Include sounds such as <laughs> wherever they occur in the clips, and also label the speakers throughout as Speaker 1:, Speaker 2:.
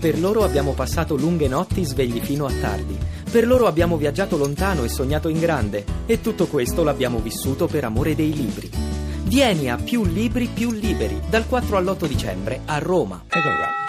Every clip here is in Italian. Speaker 1: Per loro abbiamo passato lunghe notti svegli fino a tardi. Per loro abbiamo viaggiato lontano e sognato in grande. E tutto questo l'abbiamo vissuto per amore dei libri. Vieni a Più Libri Più Liberi dal 4 all'8 dicembre a Roma.
Speaker 2: Eccolo qua.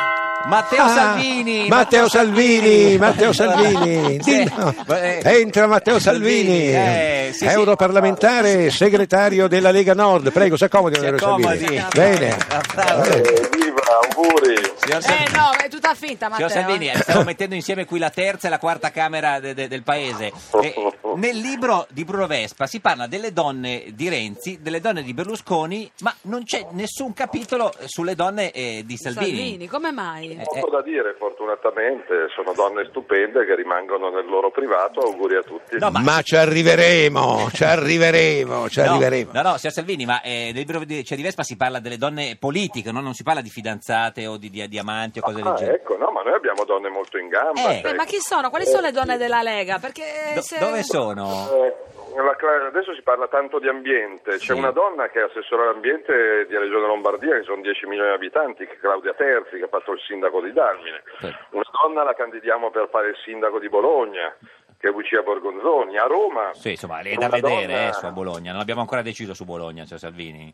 Speaker 3: Matteo
Speaker 2: Ah,
Speaker 3: Salvini!
Speaker 2: Matteo Salvini,
Speaker 3: <laughs>
Speaker 2: Matteo Salvini.
Speaker 3: Sì.
Speaker 2: Dillo.
Speaker 3: Eh,
Speaker 2: Entra Matteo Salvini,
Speaker 3: eh, sì, sì.
Speaker 2: europarlamentare, segretario della Lega Nord. Prego, si accomodi,
Speaker 3: Si
Speaker 2: onorevole
Speaker 3: accomodi.
Speaker 2: Salvini. Bene.
Speaker 3: Bravo.
Speaker 4: viva, auguri.
Speaker 3: Signor Sal-
Speaker 5: Eh no, è tutta finta Matteo.
Speaker 3: Signor Salvini, eh, stiamo mettendo insieme qui la terza e la quarta camera de- de- del paese. Eh, nel libro di Bruno Vespa si parla delle donne di Renzi, delle donne di Berlusconi, ma non c'è nessun capitolo sulle donne eh, di Salvini.
Speaker 5: Salvini, come mai?
Speaker 3: Eh, eh,
Speaker 4: Poco da dire, fortunatamente sono donne stupende che rimangono nel loro privato. Auguri a tutti.
Speaker 3: No, ma-
Speaker 2: Ma, ci arriveremo, ci arriveremo, ci
Speaker 3: no,
Speaker 2: Cioè, arriveremo.
Speaker 3: No, no, signor Salvini, ma eh, nel libro di, cioè, di Vespa si parla delle donne politiche, no? non si parla di fidanzate o di, di diamanti o cose del
Speaker 4: Ah,
Speaker 3: genere.
Speaker 4: ecco, no, ma noi abbiamo donne molto in gamba. cioè,
Speaker 3: Eh.
Speaker 5: Beh, ma chi sono? Quali sono le donne della Lega? Perché
Speaker 3: Do-
Speaker 5: Eh, se-
Speaker 3: Dove sono?
Speaker 4: Eh, la cla- adesso si parla tanto di ambiente.
Speaker 3: Sì.
Speaker 4: C'è una donna che è assessore all'ambiente di Regione Lombardia, che sono 10 milioni di abitanti, che è Claudia Terzi, che ha fatto il sindaco di Darmine.
Speaker 3: Sì.
Speaker 4: Una donna la candidiamo per fare il sindaco di Bologna, che è Lucia Borgonzoni. A Roma.
Speaker 3: Sì, insomma, è
Speaker 4: c'è
Speaker 3: da
Speaker 4: una
Speaker 3: vedere
Speaker 4: donna-
Speaker 3: eh, su a Bologna, non abbiamo ancora deciso su Bologna, signor Salvini.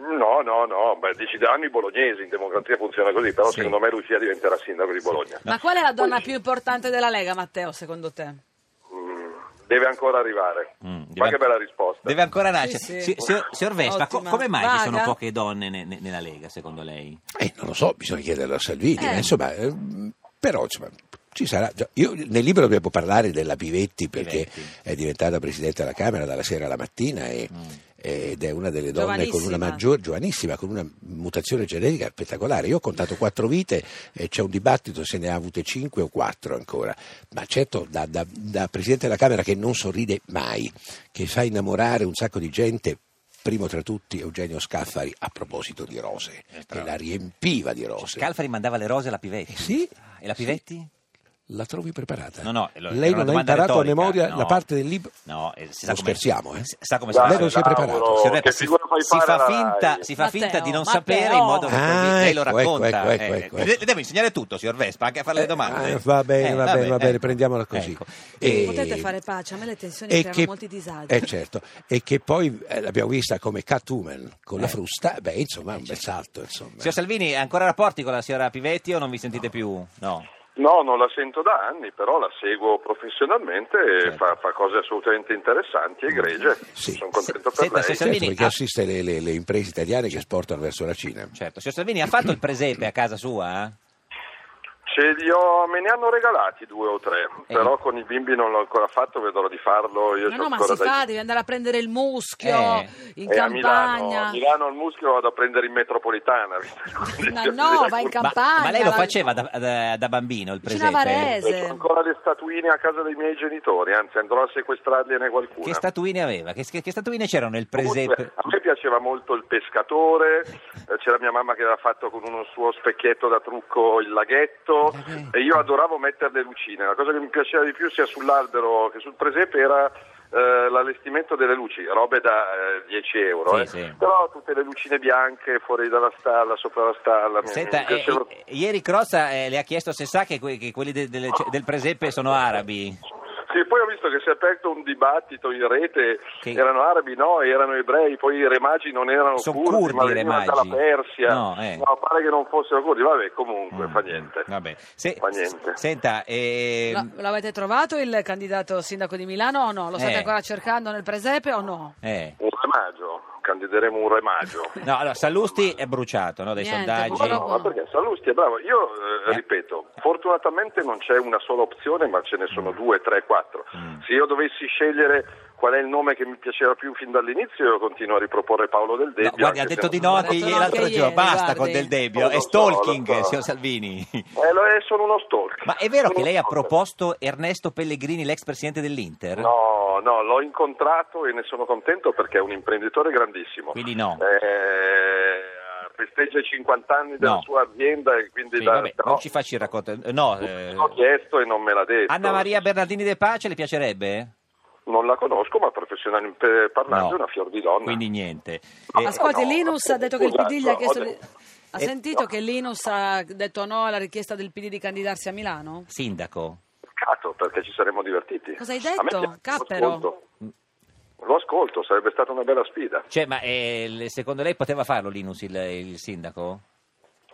Speaker 4: No, no, no, beh, decideranno i bolognesi, in democrazia funziona così, però
Speaker 3: Sì.
Speaker 4: secondo me Lucia diventerà sindaco di Bologna.
Speaker 5: Ma qual è la donna più importante della Lega, Matteo, secondo te?
Speaker 4: Mm, deve ancora arrivare.
Speaker 3: Mm,
Speaker 4: Ma
Speaker 3: deve-
Speaker 4: che bella risposta.
Speaker 3: Deve ancora nascere.
Speaker 5: sì.
Speaker 3: Si- signor- signor Vespa, co-
Speaker 5: Ottima.
Speaker 3: come mai ci sono
Speaker 5: Vaga.
Speaker 3: poche donne ne- ne- nella Lega, secondo lei?
Speaker 2: Eh, non lo so, bisogna chiederlo a Salvini.
Speaker 5: Eh.
Speaker 2: eh, Insomma, eh, però insomma, ci sarà. già- Io, nel libro dobbiamo parlare della Pivetti perché
Speaker 3: Pivetti. Mm.
Speaker 2: è diventata Presidente della Camera dalla sera alla mattina e- ed è una delle donne con una
Speaker 5: Giovanissima.
Speaker 2: maggior, giovanissima, con una mutazione genetica spettacolare. Io ho contato quattro vite e c'è un dibattito se ne ha avute cinque o quattro ancora. Ma certo, da, da- da Presidente della Camera che non sorride mai, che fa innamorare un sacco di gente. Primo tra tutti Eugenio Scaffari a proposito di rose,
Speaker 3: Eh,
Speaker 2: che la riempiva di
Speaker 4: Oh,
Speaker 2: rose.
Speaker 3: Calfari Cioè, mandava le rose alla Pivetti. Ah,
Speaker 2: Eh sì.
Speaker 3: E la Pivetti?
Speaker 2: La trovi preparata?
Speaker 3: No, no, lo-
Speaker 2: Lei
Speaker 3: era una
Speaker 2: non ha
Speaker 3: domanda
Speaker 2: imparato a
Speaker 3: retorica,
Speaker 2: memoria
Speaker 3: no.
Speaker 2: la parte del libro?
Speaker 3: No, eh, si sa
Speaker 2: Non
Speaker 3: come-
Speaker 2: scherziamo, eh?
Speaker 3: si- sa come
Speaker 2: Lei
Speaker 3: si fa.
Speaker 2: non si è
Speaker 4: Lauro,
Speaker 2: preparato.
Speaker 3: Signor Vespa,
Speaker 4: diciamo Che
Speaker 3: si,
Speaker 4: figura fai
Speaker 3: si
Speaker 4: fare
Speaker 3: fa
Speaker 4: alla
Speaker 3: finta,
Speaker 4: Rai?
Speaker 3: si fa
Speaker 5: Matteo,
Speaker 3: finta di non
Speaker 5: Matteo.
Speaker 3: sapere in modo per cui
Speaker 2: Ah,
Speaker 3: lei lo
Speaker 2: ecco,
Speaker 3: racconta.
Speaker 2: ecco, ecco,
Speaker 3: Eh,
Speaker 2: ecco,
Speaker 3: eh,
Speaker 2: ecco.
Speaker 3: le- Devo insegnare tutto, signor Vespa, anche a fare le domande.
Speaker 2: eh, va bene, va bene, va bene,
Speaker 3: eh.
Speaker 2: prendiamola così. Eh,
Speaker 3: Ecco.
Speaker 2: E-
Speaker 5: Potete fare pace, a me le tensioni
Speaker 2: e
Speaker 5: creano
Speaker 2: che-
Speaker 5: molti disagi.
Speaker 2: eh, certo. E che poi eh, l'abbiamo vista come Catwoman con la
Speaker 3: Eh.
Speaker 2: frusta, beh, insomma, è un bel salto. Insomma.
Speaker 3: Signor Salvini, ancora rapporti con la signora Pivetti o non vi sentite più? No.
Speaker 4: No, non la sento da anni, però la seguo professionalmente e
Speaker 3: Certo.
Speaker 4: fa, fa cose assolutamente interessanti e egregie.
Speaker 2: Sì.
Speaker 4: Sono contento
Speaker 3: Mm. Se-
Speaker 4: per lei.
Speaker 3: senta, se-
Speaker 2: Certo,
Speaker 3: Salvini,
Speaker 2: perché
Speaker 3: ah.
Speaker 2: assiste le, le- le imprese italiane che esportano verso la Cina.
Speaker 3: Certo, signor Salvini ha fatto il presepe a casa sua? eh?
Speaker 4: Ce li ho- me ne hanno regalati due o tre,
Speaker 3: Eh.
Speaker 4: però con i bimbi non l'ho ancora fatto, vedo l'ora di farlo. Io
Speaker 5: No,
Speaker 4: c'ho
Speaker 5: no, ma
Speaker 4: ancora
Speaker 5: si
Speaker 4: da-
Speaker 5: fa, devi andare a prendere il muschio
Speaker 3: Eh.
Speaker 5: in
Speaker 4: Eh, a Milano,
Speaker 5: campagna.
Speaker 4: a Milano al muschio vado a prendere in metropolitana. <laughs> Cioè,
Speaker 5: <laughs> Ma no, vai in
Speaker 3: Ma-
Speaker 5: campagna.
Speaker 3: Ma, lei lo
Speaker 5: va-
Speaker 3: faceva da, da- da bambino il
Speaker 5: Vicino a
Speaker 3: presepe?
Speaker 5: Varese.
Speaker 4: Ho ancora le statuine a casa dei miei genitori, anzi andrò a sequestrargliene qualcuna.
Speaker 3: Che statuine aveva? Che, che- che statuine c'erano nel
Speaker 4: Comunque, ah,
Speaker 3: presepe?
Speaker 4: a me piaceva molto il pescatore, eh, c'era mia mamma che aveva fatto con uno suo specchietto da trucco il laghetto e io adoravo mettere le lucine. La cosa che mi piaceva di più sia sull'albero che sul presepe era eh, l'allestimento delle luci, robe da eh, 10 euro.
Speaker 3: Sì,
Speaker 4: eh.
Speaker 3: sì.
Speaker 4: Però tutte le lucine bianche fuori dalla stalla, sopra la stalla. mi- mi
Speaker 3: Senta, eh,
Speaker 4: piaceva-
Speaker 3: i- ieri Crozza eh, le ha chiesto se sa che, que- che quelli de- delle- ce- del presepe sono arabi.
Speaker 4: Sì, poi ho visto che si è aperto un dibattito in rete,
Speaker 3: Che-
Speaker 4: erano arabi, no, erano ebrei, poi i remagi non erano
Speaker 3: Sono
Speaker 4: curdi,
Speaker 3: curdi
Speaker 4: ma
Speaker 3: i
Speaker 4: venivano
Speaker 3: remagi.
Speaker 4: dalla Persia,
Speaker 3: No, eh. Mm,
Speaker 4: pare che non fossero curdi, vabbè comunque fa niente.
Speaker 3: Vabbè. Se-
Speaker 4: Fa niente.
Speaker 3: Senta, eh,
Speaker 5: No, l'avete trovato il candidato sindaco di Milano o no? Lo state
Speaker 3: Eh.
Speaker 5: ancora cercando nel presepe o no?
Speaker 3: eh.
Speaker 4: Un remaggio, candideremo un remaggio.
Speaker 3: <laughs> No, allora, Sallusti è bruciato no, dai
Speaker 5: Niente,
Speaker 3: sondaggi.
Speaker 4: Ma no,
Speaker 5: Buono,
Speaker 4: ma perché Sallusti è bravo. Io eh,
Speaker 3: Eh.
Speaker 4: ripeto, fortunatamente non c'è una sola opzione, ma ce ne
Speaker 3: Mm.
Speaker 4: sono due, tre, quattro. Se io dovessi scegliere qual è il nome che mi piaceva più fin dall'inizio, io continuo a riproporre Paolo Del Debbio.
Speaker 3: No, guardi, ha
Speaker 4: anche se
Speaker 3: detto di
Speaker 4: non-
Speaker 3: no
Speaker 5: Ha
Speaker 3: anche
Speaker 5: detto no
Speaker 3: l'altro
Speaker 5: anche
Speaker 3: giorno.
Speaker 5: ieri,
Speaker 3: Basta con
Speaker 5: guardi.
Speaker 3: del Debbio.
Speaker 4: Lo
Speaker 3: È
Speaker 4: so, lo
Speaker 3: stalking,
Speaker 4: so.
Speaker 3: signor Salvini.
Speaker 4: Eh, lo è, sono uno stalker.
Speaker 3: Ma è vero che
Speaker 4: Sono
Speaker 3: lei ha
Speaker 4: uno stalker.
Speaker 3: proposto Ernesto Pellegrini, l'ex presidente dell'Inter?
Speaker 4: No, no, l'ho incontrato e ne sono contento perché è un imprenditore grandissimo.
Speaker 3: Quindi no.
Speaker 4: Eh, festeggia i 50 anni della
Speaker 3: No.
Speaker 4: sua azienda e quindi
Speaker 3: Sì,
Speaker 4: da-
Speaker 3: vabbè,
Speaker 4: però
Speaker 3: non ci facci il racconto. Eh, No, eh,
Speaker 4: l'ho chiesto e non me l'ha detto.
Speaker 3: Anna Maria Bernardini De Pace le piacerebbe?
Speaker 4: Non la conosco, ma professionalmente parlando
Speaker 3: No.
Speaker 4: è una fior di donna.
Speaker 3: Quindi niente.
Speaker 4: No,
Speaker 3: Eh,
Speaker 4: ma
Speaker 5: Ascolti,
Speaker 4: no,
Speaker 5: Linus ha detto che il
Speaker 4: scusa,
Speaker 5: PD gli ha
Speaker 4: no,
Speaker 5: chiesto
Speaker 4: ho
Speaker 5: di...
Speaker 4: detto-
Speaker 5: Ha
Speaker 3: Eh,
Speaker 5: sentito che Linus ha detto no alla richiesta del PD di candidarsi a Milano?
Speaker 3: Sindaco?
Speaker 4: Peccato, perché ci saremmo divertiti.
Speaker 5: Cosa hai
Speaker 4: A me
Speaker 5: detto?
Speaker 4: piace, lo
Speaker 5: Cappero?
Speaker 4: ascolto. Lo ascolto, sarebbe stata una bella sfida.
Speaker 3: Cioè, ma eh, le- secondo lei poteva farlo Linus il, il sindaco?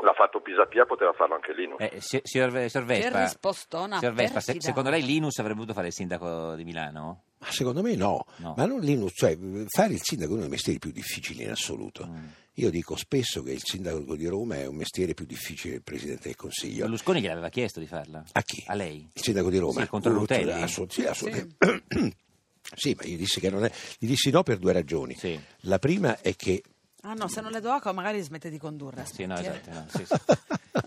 Speaker 4: L'ha fatto Pisapia, poteva farlo anche Linus.
Speaker 3: Eh, si- signor, signor Vespa,
Speaker 5: Che rispostona
Speaker 3: signor Vespa, se-
Speaker 5: perfida.
Speaker 3: secondo lei Linus avrebbe potuto fare il sindaco di Milano?
Speaker 2: Ma secondo me no,
Speaker 3: No.
Speaker 2: ma non Linus, cioè fare il sindaco è uno dei mestieri più difficili in assoluto.
Speaker 3: Mm.
Speaker 2: Io dico spesso che il sindaco di Roma è un mestiere più difficile del Presidente del Consiglio.
Speaker 3: Berlusconi gliel'aveva chiesto di farla.
Speaker 2: A chi?
Speaker 3: A lei.
Speaker 2: Il sindaco di Roma.
Speaker 3: Sì, contro
Speaker 2: Urso,
Speaker 3: Rutelli.
Speaker 2: a suo- sì, a suo tempo. <clears throat> Sì, ma io dissi che non è. Gli dissi no per due ragioni.
Speaker 3: Sì.
Speaker 2: La prima è che
Speaker 5: Ah no, se non le do acqua magari smette di condurre.
Speaker 3: Sì, no,
Speaker 5: Sì, eh.
Speaker 3: esatto. no,
Speaker 2: <laughs>
Speaker 3: sì, sì.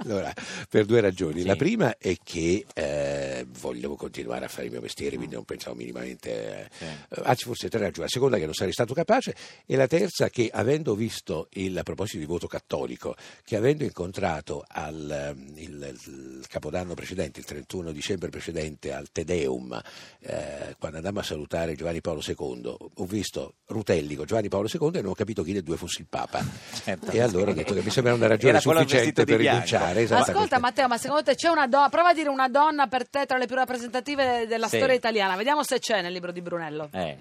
Speaker 2: Allora, per due ragioni.
Speaker 3: Sì.
Speaker 2: La prima è che eh, volevo continuare a fare il mio mestiere, quindi non pensavo minimamente, eh,
Speaker 3: Sì.
Speaker 2: eh, anzi forse tre ragioni. La seconda è che non sarei stato capace e la terza che avendo visto, il, a proposito di voto cattolico, che avendo incontrato al, ehm, il, il capodanno precedente, il 31 dicembre precedente al Tedeum, eh, quando andammo a salutare Giovanni Paolo II, ho visto Rutelli con Giovanni Paolo II e non ho capito chi dei due fosse il Papa.
Speaker 3: <laughs> Certo.
Speaker 2: E allora ho detto che mi sembra una ragione
Speaker 3: Era quello vestito
Speaker 2: sufficiente
Speaker 3: di
Speaker 2: per
Speaker 3: bianco.
Speaker 2: rinunciare.
Speaker 3: Esatto.
Speaker 2: esattamente.
Speaker 5: Ascolta Matteo, ma secondo te c'è una donna, prova a dire una donna per te tra le più rappresentative della
Speaker 3: Sì.
Speaker 5: storia italiana, vediamo se c'è nel libro di Brunello.
Speaker 3: Eh,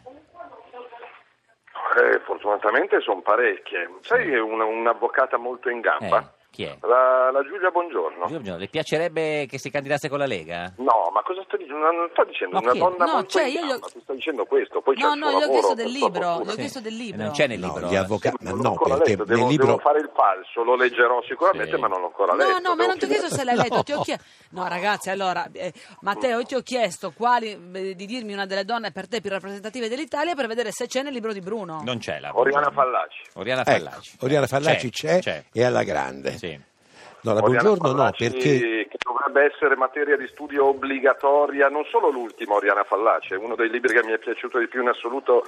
Speaker 4: Eh, fortunatamente sono parecchie. Sai una- un'avvocata molto in
Speaker 3: eh,
Speaker 4: gamba?
Speaker 3: chi è?
Speaker 4: La, la Giulia Buongiorno.
Speaker 3: Giorgio, le piacerebbe che si candidasse con la Lega?
Speaker 4: No, ma cosa sto dicendo? Non non sto dicendo
Speaker 3: Ma
Speaker 4: una
Speaker 3: chi è?
Speaker 4: donna
Speaker 5: No,
Speaker 4: molto
Speaker 5: cioè,
Speaker 4: in
Speaker 5: io gli ho-
Speaker 4: gamba, ti sto dicendo questo. Poi
Speaker 5: No,
Speaker 4: c'è il
Speaker 5: no,
Speaker 4: suo
Speaker 5: gli ho
Speaker 4: lavoro,
Speaker 5: chiesto del
Speaker 4: per sua
Speaker 5: libro,
Speaker 4: fortuna.
Speaker 5: L'ho gli ho chiesto del libro.
Speaker 3: Eh, Non c'è nel
Speaker 2: No,
Speaker 3: libro.
Speaker 2: gli avvocati, ma
Speaker 4: Non l'ho
Speaker 2: no,
Speaker 4: ancora
Speaker 2: perché
Speaker 4: letto,
Speaker 2: nel
Speaker 4: devo,
Speaker 2: libro...
Speaker 4: devo fare il falso, lo leggerò sicuramente,
Speaker 3: Sì.
Speaker 4: ma non l'ho ancora
Speaker 5: No,
Speaker 4: letto.
Speaker 5: no, ma
Speaker 4: devo
Speaker 5: non ti ho
Speaker 4: finire.
Speaker 5: chiesto se l'hai letto,
Speaker 2: No.
Speaker 3: <laughs>
Speaker 5: ti ho chiesto... No, ragazzi, allora, eh, Matteo, io ti ho chiesto quali, eh, di dirmi una delle donne per te più rappresentative dell'Italia per vedere se c'è nel libro di Bruno.
Speaker 3: Non c'è la
Speaker 4: Oriana Fallaci.
Speaker 3: Oriana
Speaker 2: Ecco,
Speaker 3: Fallaci.
Speaker 2: Oriana Fallaci c'è, Eh,
Speaker 3: C'è.
Speaker 2: e alla grande.
Speaker 3: Sì.
Speaker 2: No, la
Speaker 4: Oriana
Speaker 2: Buongiorno no,
Speaker 4: Fallaci,
Speaker 2: perché...
Speaker 4: Che dovrebbe essere materia di studio obbligatoria, non solo l'ultimo, Oriana Fallaci, è uno dei libri che mi è piaciuto di più in assoluto,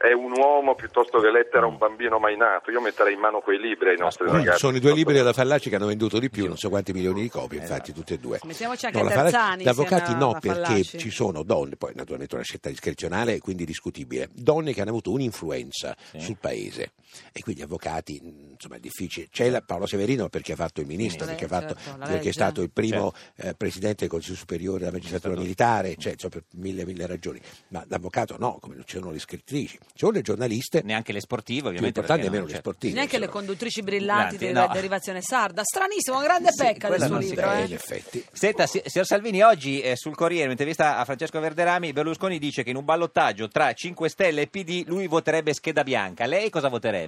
Speaker 4: è un uomo piuttosto che lettera a un bambino mai nato, io metterei in mano quei libri ai nostri
Speaker 2: Mm,
Speaker 4: ragazzi.
Speaker 2: Sono i due libri della Fallaci che hanno venduto di più, non so quanti milioni di copie,
Speaker 3: Esatto.
Speaker 2: infatti, tutti e due.
Speaker 5: Mettiamoci anche
Speaker 2: la
Speaker 5: Terzani
Speaker 2: Gli avvocati
Speaker 5: insieme
Speaker 2: no,
Speaker 5: alla
Speaker 2: perché
Speaker 5: Fallaci.
Speaker 2: ci sono donne, poi naturalmente è una scelta discrezionale, quindi discutibile, donne che hanno avuto un'influenza sul paese. E quindi gli avvocati, mh, insomma, è difficile. C'è la Paolo Severino perché ha fatto il ministro,
Speaker 5: Sì,
Speaker 2: perché, ha
Speaker 5: certo,
Speaker 2: fatto-
Speaker 5: la
Speaker 2: perché è
Speaker 5: legge.
Speaker 2: stato il primo
Speaker 3: Certo.
Speaker 2: eh, presidente del Consiglio Superiore della Magistratura Militare, cioè, insomma, per mille, mille ragioni. Ma l'avvocato no, come non c'erano le scrittrici. C'erano le giornaliste,
Speaker 3: Neanche le sportive,
Speaker 2: più
Speaker 3: ovviamente.
Speaker 2: importanti e
Speaker 3: perché
Speaker 2: meno
Speaker 3: non
Speaker 2: le
Speaker 3: c'è.
Speaker 2: sportive.
Speaker 5: Neanche le
Speaker 2: insomma.
Speaker 5: conduttrici brillanti
Speaker 3: Brillanti,
Speaker 5: di
Speaker 3: no.
Speaker 5: derivazione sarda. Stranissimo, un grande pecca del
Speaker 3: quella
Speaker 5: suo
Speaker 3: non si
Speaker 5: libro.
Speaker 3: crede,
Speaker 5: eh.
Speaker 2: in effetti.
Speaker 3: Senta, si- signor Salvini, oggi eh, sul Corriere, in un'intervista a Francesco Verderami, Berlusconi dice che in un ballottaggio tra 5 Stelle e PD lui voterebbe scheda bianca. Lei cosa voterebbe?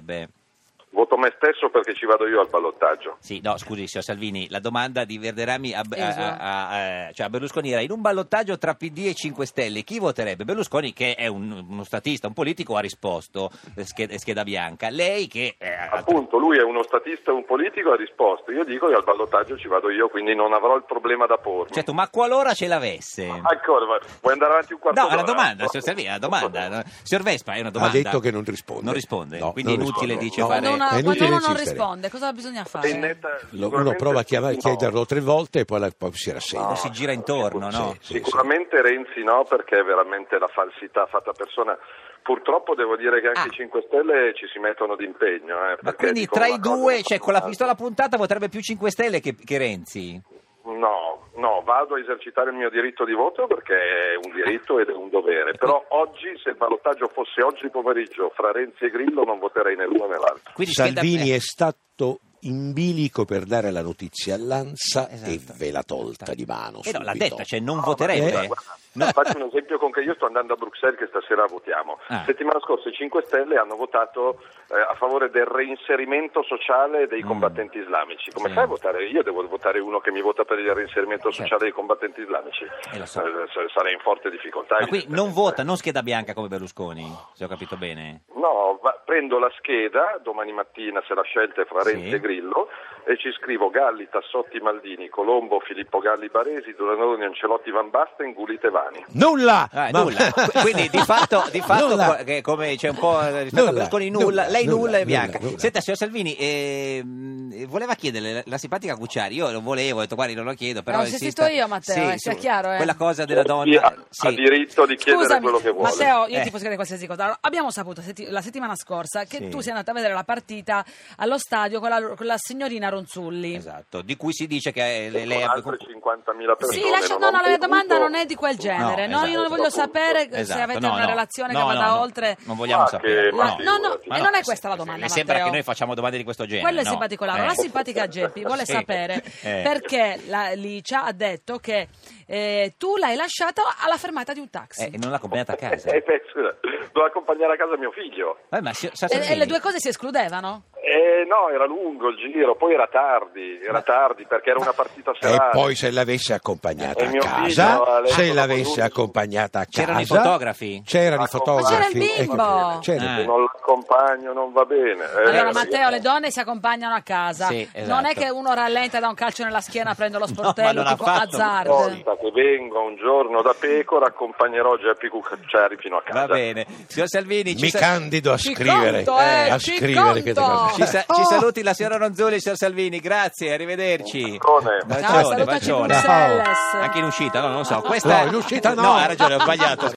Speaker 4: Voto me stesso perché ci vado io al ballottaggio.
Speaker 3: Sì, no, scusi, signor Salvini, la domanda di Verderami a,
Speaker 5: Eh,
Speaker 3: a- a- a- cioè a Berlusconi era in un ballottaggio tra PD e 5 Stelle, chi voterebbe? Berlusconi, che è un- uno statista, un politico, ha risposto eh, scheda, scheda bianca. Lei che... eh, ha-
Speaker 4: Appunto, lui è uno statista, un politico, ha risposto, io dico che al ballottaggio ci vado io, quindi non avrò il problema da pormi.
Speaker 2: Cioè,
Speaker 3: certo, ma qualora ce l'avesse?
Speaker 4: Ancora, vai- vuoi andare avanti un quarto
Speaker 3: No, è
Speaker 4: d'ora?
Speaker 3: una domanda, signor Salvini, è una domanda. No, Signor Vespa, è una domanda.
Speaker 2: Ha detto che non risponde.
Speaker 3: Non risponde,
Speaker 2: No,
Speaker 3: quindi è
Speaker 2: non
Speaker 3: inutile,
Speaker 2: risponde.
Speaker 3: dice,
Speaker 2: No,
Speaker 3: fare...
Speaker 5: Quando, una-
Speaker 2: È
Speaker 5: quando
Speaker 2: inutile
Speaker 5: uno non
Speaker 2: insistere.
Speaker 5: risponde, cosa bisogna fare?
Speaker 4: È netta-
Speaker 2: Lo- uno
Speaker 4: sicuramente
Speaker 2: prova a chiama-
Speaker 4: no.
Speaker 2: chiederlo tre volte e poi, la- poi si rassegna.
Speaker 3: si gira intorno, no?
Speaker 2: Sì, sì,
Speaker 4: Sicuramente Renzi no, perché è veramente la falsità fatta persona. Purtroppo devo dire che anche
Speaker 3: Ah.
Speaker 4: i 5 Stelle ci si mettono d'impegno. eh,
Speaker 3: Ma
Speaker 4: perché
Speaker 3: quindi
Speaker 4: dicono
Speaker 3: tra
Speaker 4: una
Speaker 3: i
Speaker 4: cosa e
Speaker 3: due,
Speaker 4: ne
Speaker 3: cioè
Speaker 4: fanno
Speaker 3: con la
Speaker 4: un'altra.
Speaker 3: pistola puntata voterebbe più 5 Stelle che, che Renzi.
Speaker 4: No, no, vado a esercitare il mio diritto di voto perché è un diritto ed è un dovere. Però
Speaker 3: Eh.
Speaker 4: oggi, se il ballottaggio fosse oggi pomeriggio fra Renzi e Grillo, non voterei né l'uno né l'altro.
Speaker 3: Quindi scheda-
Speaker 2: Salvini
Speaker 3: eh,
Speaker 2: è stato in bilico per dare la notizia all'Ansa
Speaker 3: Esatto.
Speaker 2: e ve l'ha tolta di mano.
Speaker 3: eh no, l'ha
Speaker 2: subito.
Speaker 3: detta, cioè non
Speaker 2: guarda,
Speaker 3: voterebbe.
Speaker 4: Ah, Guarda,
Speaker 3: <laughs> No.
Speaker 4: eh, Faccio un esempio con che io sto andando a Bruxelles che stasera votiamo.
Speaker 3: Ah.
Speaker 4: Settimana scorsa i 5 Stelle hanno votato eh, a favore del reinserimento sociale dei
Speaker 3: Mm.
Speaker 4: combattenti islamici. Come
Speaker 3: Sì.
Speaker 4: fai a votare? Io devo votare uno che mi vota per il reinserimento
Speaker 3: Certo.
Speaker 4: sociale dei combattenti islamici.
Speaker 3: Eh, lo so.
Speaker 4: Eh, s- sarei in forte difficoltà.
Speaker 3: Ma qui non
Speaker 4: evidentemente.
Speaker 3: vota, non scheda bianca come Berlusconi, se ho capito bene.
Speaker 4: No, va- prendo la scheda domani mattina se la scelta è fra
Speaker 3: Sì.
Speaker 4: Renzi e Grillo e ci scrivo Galli, Tassotti, Maldini, Colombo, Filippo Galli, Baresi, Duranodoni, Ancelotti, Van Basten, Gulite, Vani.
Speaker 2: Nulla!
Speaker 3: Ah,
Speaker 2: Ma- <laughs>
Speaker 3: nulla.
Speaker 4: <laughs>
Speaker 3: Qu- Quindi di fatto, di fatto
Speaker 2: Nulla.
Speaker 3: co- che come c'è un po' eh, rispetto a
Speaker 2: Nulla,
Speaker 3: Berlusconi nulla,
Speaker 2: nulla,
Speaker 3: lei nulla,
Speaker 2: nulla,
Speaker 3: e bianca.
Speaker 2: nulla, nulla.
Speaker 3: Senta, signor Salvini, ehm, voleva chiedere la, la simpatica Cucciari, io lo volevo, ho detto guardi non lo chiedo, però
Speaker 5: Eh, ho insistito
Speaker 3: insista.
Speaker 5: io, Matteo, eh, sia
Speaker 3: su-
Speaker 5: chiaro, eh.
Speaker 3: Quella cosa della
Speaker 4: Chi
Speaker 3: donna...
Speaker 4: ha, ha
Speaker 3: sì.
Speaker 4: diritto di chiedere
Speaker 5: Scusami,
Speaker 4: quello che vuole.
Speaker 5: Matteo, io
Speaker 3: Eh.
Speaker 5: ti posso chiedere qualsiasi cosa. Allora, abbiamo saputo setti- la settimana scorsa che
Speaker 3: Sì.
Speaker 5: tu sei andata a vedere la partita allo stadio con la, con la signorina Ronzulli.
Speaker 3: Esatto, di cui si dice che eh, le, lei
Speaker 4: con
Speaker 3: abbia...
Speaker 4: altre 50.000 persone.
Speaker 5: Sì, lascia, no,
Speaker 4: non
Speaker 5: no,
Speaker 4: ho
Speaker 5: la mia domanda
Speaker 4: potuto-
Speaker 5: non è di quel genere.
Speaker 3: No,
Speaker 5: No, Io non
Speaker 4: esatto.
Speaker 5: voglio sapere
Speaker 3: Esatto,
Speaker 5: se avete
Speaker 3: no,
Speaker 5: una
Speaker 3: no.
Speaker 5: relazione
Speaker 3: No,
Speaker 5: che vada
Speaker 3: no, no.
Speaker 5: oltre.
Speaker 3: Non vogliamo
Speaker 4: Ah,
Speaker 3: sapere.
Speaker 4: che- ma
Speaker 5: La- no, no,
Speaker 4: figurati.
Speaker 5: e non
Speaker 3: eh,
Speaker 5: è questa la domanda.
Speaker 3: Le sembra
Speaker 5: Matteo.
Speaker 3: che noi facciamo domande di questo genere.
Speaker 5: Quello è
Speaker 3: no?
Speaker 5: simpaticolato.
Speaker 3: Eh.
Speaker 5: La simpatica Geppi vuole
Speaker 3: Sì.
Speaker 5: sapere
Speaker 3: Eh.
Speaker 5: perché la Licia ha detto che eh, tu l'hai lasciata alla fermata di un taxi.
Speaker 3: Eh, e non l'ha accompagnata a casa.
Speaker 4: Eh, beh, scusa, Dovevo accompagnare a casa mio figlio.
Speaker 3: Vabbè, ma si- sa-
Speaker 5: E- e
Speaker 3: Salvini,
Speaker 5: Eh, le due cose si escludevano?
Speaker 4: Eh, no, era lungo il giro, poi era tardi, era tardi perché era una partita
Speaker 2: E
Speaker 4: serale.
Speaker 2: poi se l'avesse accompagnata
Speaker 4: E
Speaker 2: a
Speaker 4: mio
Speaker 2: casa,
Speaker 4: figlio ha letto
Speaker 2: se
Speaker 4: la
Speaker 2: l'avesse
Speaker 4: Paolucci.
Speaker 2: accompagnata a casa,
Speaker 3: C'erano i fotografi? Ah.
Speaker 2: C'erano
Speaker 4: Ma
Speaker 2: i fotografi.
Speaker 5: c'era il bimbo.
Speaker 2: Ecco, c'era-
Speaker 4: Se
Speaker 3: eh.
Speaker 4: non l'accompagno non va bene. Eh,
Speaker 5: Allora,
Speaker 4: eh,
Speaker 5: Matteo, le donne si accompagnano a casa.
Speaker 3: Sì, esatto.
Speaker 5: Non è che uno rallenta da un calcio nella schiena prendo lo
Speaker 3: ma
Speaker 5: sportello
Speaker 3: non ha
Speaker 5: tipo
Speaker 3: fatto. Oh,
Speaker 5: Hazard.
Speaker 4: volta che vengo un giorno da Pecora accompagnerò Geppi Cucciari fino a casa.
Speaker 3: Va bene. Signor Salvini, ci,
Speaker 2: Mi
Speaker 3: sa-
Speaker 2: candido a
Speaker 5: Ci
Speaker 2: scrivere,
Speaker 5: conto, eh,
Speaker 2: a
Speaker 5: ci
Speaker 2: scrivere queste
Speaker 5: conto.
Speaker 2: cose.
Speaker 3: ci sa- ci
Speaker 5: Oh!
Speaker 3: saluti la signora Ronzulli e il signor Salvini. Grazie, arrivederci.
Speaker 4: Ciao,
Speaker 5: Ciao, salutaci
Speaker 3: bacione.
Speaker 5: Bruxelles.
Speaker 3: Anche in uscita, no, non lo so. Questa
Speaker 2: No, in uscita no.
Speaker 3: No, ha ragione, ho sbagliato.